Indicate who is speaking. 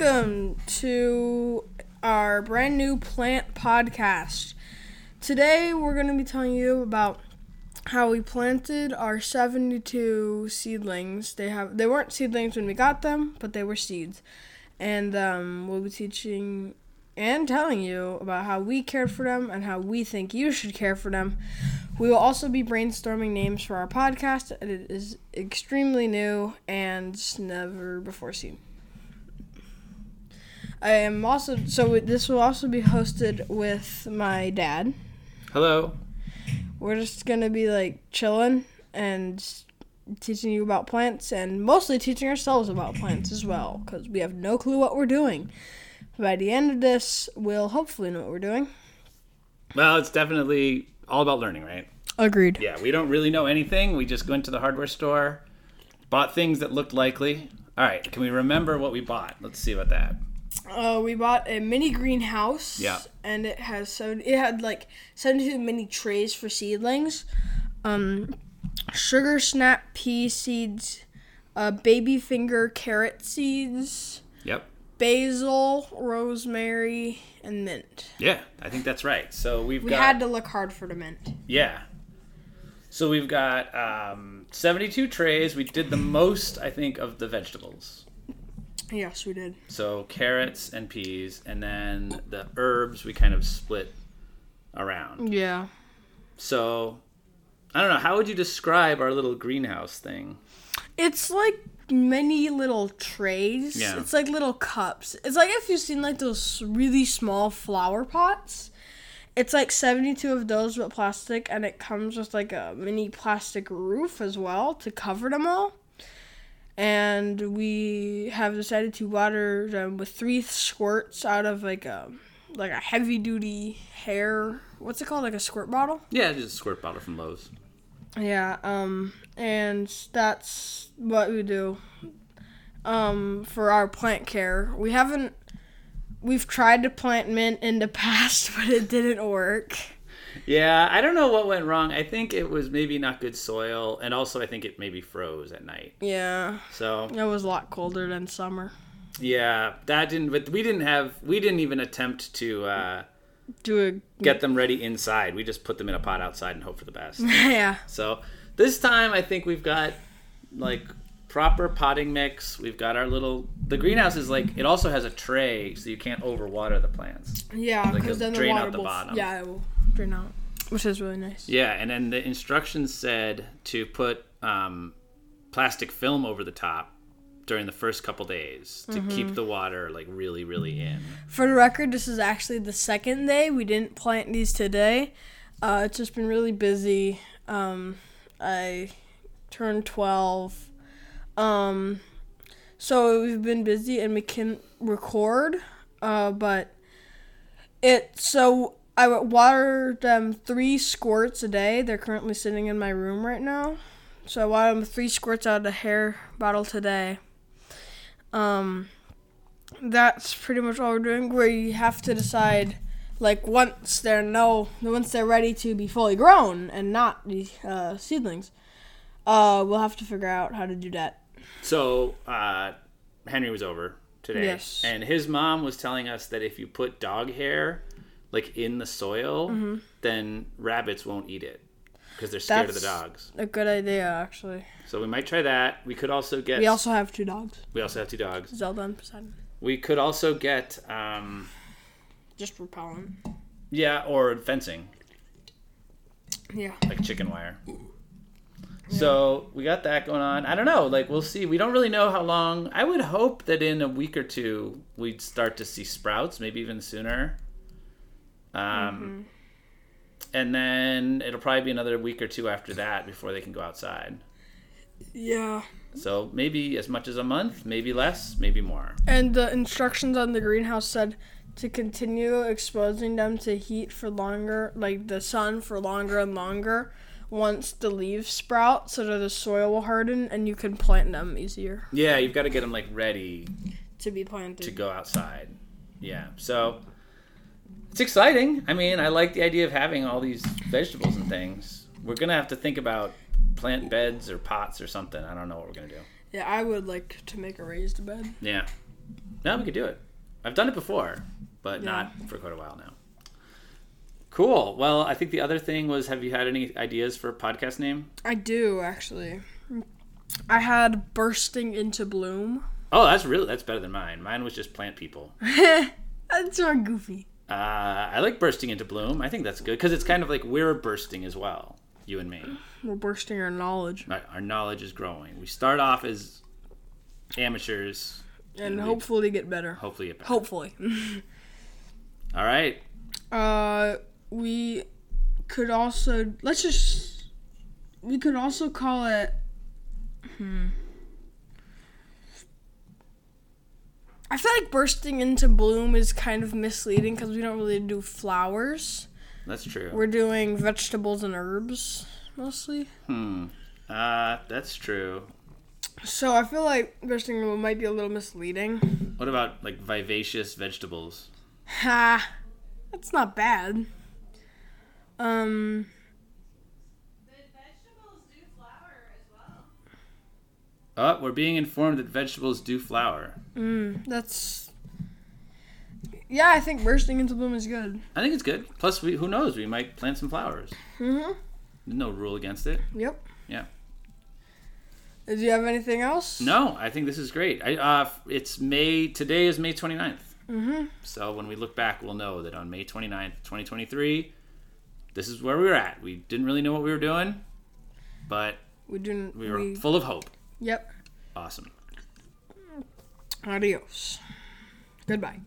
Speaker 1: Welcome to our brand new plant podcast. Today we're going to be telling you about how we planted our 72 seedlings. They have they weren't seedlings when we got them, but they were seeds. And um, we'll be teaching and telling you about how we cared for them and how we think you should care for them. We will also be brainstorming names for our podcast. and It is extremely new and never before seen. I am also so this will also be hosted with my dad.
Speaker 2: Hello.
Speaker 1: We're just gonna be like chilling and teaching you about plants and mostly teaching ourselves about plants as well because we have no clue what we're doing. By the end of this, we'll hopefully know what we're doing.
Speaker 2: Well, it's definitely all about learning, right?
Speaker 1: Agreed.
Speaker 2: Yeah, we don't really know anything. We just went to the hardware store, bought things that looked likely. All right, can we remember what we bought? Let's see about that.
Speaker 1: Uh, we bought a mini greenhouse.
Speaker 2: Yeah.
Speaker 1: And it has so it had like seventy-two mini trays for seedlings, um, sugar snap pea seeds, uh, baby finger carrot seeds,
Speaker 2: Yep.
Speaker 1: basil, rosemary, and mint.
Speaker 2: Yeah, I think that's right. So we've
Speaker 1: We
Speaker 2: got
Speaker 1: had to look hard for the mint.
Speaker 2: yeah. So we've got um, 72 trays. We did the most, I think, of the vegetables.
Speaker 1: Yes, we did.
Speaker 2: So carrots and peas, and then the herbs we kind of split around.
Speaker 1: Yeah.
Speaker 2: So, I don't know. How would you describe our little greenhouse thing?
Speaker 1: It's like many little trays.
Speaker 2: Yeah.
Speaker 1: It's like little cups. It's like if you've seen like those really small flower pots. It's like 72 of those but plastic and it comes with like a mini plastic roof as well to cover them all. And we have decided to water them with three squirts out of like a like a heavy duty hair what's it called? Like a squirt bottle?
Speaker 2: Yeah, just a squirt bottle from Lowe's.
Speaker 1: Yeah, um, and that's what we do. Um, for our plant care, we haven't. We've tried to plant mint in the past, but it didn't work.
Speaker 2: Yeah, I don't know what went wrong. I think it was maybe not good soil, and also I think it maybe froze at night.
Speaker 1: Yeah,
Speaker 2: So
Speaker 1: it was a lot colder than summer.
Speaker 2: yeah, that didn't. But we didn't have. We didn't even attempt to uh,
Speaker 1: Do a
Speaker 2: get them ready inside. We just put them in a pot outside and hope for the best.
Speaker 1: yeah,
Speaker 2: So this time I think we've got like proper potting mix. We've got our little the greenhouse is like it also has a tray so you can't overwater the plants.
Speaker 1: yeah,
Speaker 2: Like
Speaker 1: because then
Speaker 2: it'll
Speaker 1: the
Speaker 2: drain
Speaker 1: water
Speaker 2: out the
Speaker 1: will f-
Speaker 2: bottom.
Speaker 1: yeah, it will drain out, which is really nice.
Speaker 2: Yeah, and then the instructions said to put um, plastic film over the top during the first couple days
Speaker 1: Mm-hmm.
Speaker 2: to keep the water like really really in.
Speaker 1: For the record, this is actually the second day. We didn't plant these today. Uh, it's just been really busy. Um, I turned 12. Um, so we've been busy and we can record. Uh, but it, so I would water them three squirts a day. They're currently sitting in my room right now. So I water them three squirts out of the hair bottle today. Um, that's pretty much all we're doing where you have to decide like once they're no once they're ready to be fully grown and not the uh, seedlings uh, we'll have to figure out how to do that
Speaker 2: So uh, Henry was over today,
Speaker 1: Yes.
Speaker 2: and his mom was telling us that if you put dog hair like in the soil,
Speaker 1: Mm-hmm.
Speaker 2: then rabbits won't eat it because they're scared of the
Speaker 1: That's-
Speaker 2: dogs.
Speaker 1: a good idea actually
Speaker 2: So we might try that. We could also get.
Speaker 1: we also have two dogs
Speaker 2: we also have two dogs.
Speaker 1: zelda and poseidon
Speaker 2: We could also get. Um,
Speaker 1: just repellent
Speaker 2: yeah, or fencing.
Speaker 1: yeah
Speaker 2: like chicken wire. So we got that going on. I don't know. Like we'll see. We don't really know how long. I would hope that in a week or two we'd start to see sprouts, maybe even sooner. Um, and then it'll probably be another week or two after that before they can go outside.
Speaker 1: yeah
Speaker 2: So maybe as much as a month, maybe less, maybe more.
Speaker 1: and the instructions on the greenhouse said to continue exposing them to heat for longer like the sun for longer and longer once the leaves sprout so that the soil will harden and you can plant them easier
Speaker 2: Yeah, you've got to get them like ready
Speaker 1: to be
Speaker 2: to
Speaker 1: planted.
Speaker 2: go outside. Yeah. So it's exciting. I mean, I like the idea of having all these vegetables and things. We're going to have to think about plant beds or pots or something. I don't know what we're going to do.
Speaker 1: Yeah, I would like to make a raised bed.
Speaker 2: Yeah. No, we could do it. I've done it before, but not for quite a while now. Cool. Well, I think the other thing was have you had any ideas for a podcast name?
Speaker 1: I do actually. I had bursting into bloom.
Speaker 2: Oh, that's really that's better than mine. Mine was just plant people.
Speaker 1: That's more goofy.
Speaker 2: Uh, I like bursting into bloom. I think that's good because it's kind of like we're bursting as well, you and me.
Speaker 1: We're bursting our knowledge,
Speaker 2: Right, our knowledge is growing. We start off as amateurs.
Speaker 1: and
Speaker 2: we-
Speaker 1: hopefully get better.
Speaker 2: Hopefully, it
Speaker 1: Hopefully.
Speaker 2: All right.
Speaker 1: Uh, we could also let's just we could also call it. hmm. I feel like bursting into bloom is kind of misleading because we don't really do flowers.
Speaker 2: That's true.
Speaker 1: We're doing vegetables and herbs mostly.
Speaker 2: hmm. Uh, that's true.
Speaker 1: So I feel like bursting into bloom might be a little misleading.
Speaker 2: What about like vivacious vegetables?
Speaker 1: Ha, that's not bad. Um,
Speaker 3: But vegetables do flower as well.
Speaker 2: Oh, we're being informed that vegetables do flower.
Speaker 1: mm, that's yeah. I think bursting into bloom is good.
Speaker 2: I think it's good. Plus, we, who knows? We might plant some flowers.
Speaker 1: hmm
Speaker 2: No rule against it.
Speaker 1: Yep.
Speaker 2: Yeah.
Speaker 1: Do you have anything else?
Speaker 2: No, I think this is great. I, uh, it's May. Today is May 29th.
Speaker 1: Mm-hmm.
Speaker 2: So when we look back, we'll know that on May 29th, 2023, this is where we were at. We didn't really know what we were doing, but
Speaker 1: We didn't.
Speaker 2: we were full of hope.
Speaker 1: Yep.
Speaker 2: Awesome.
Speaker 1: Adios. Goodbye.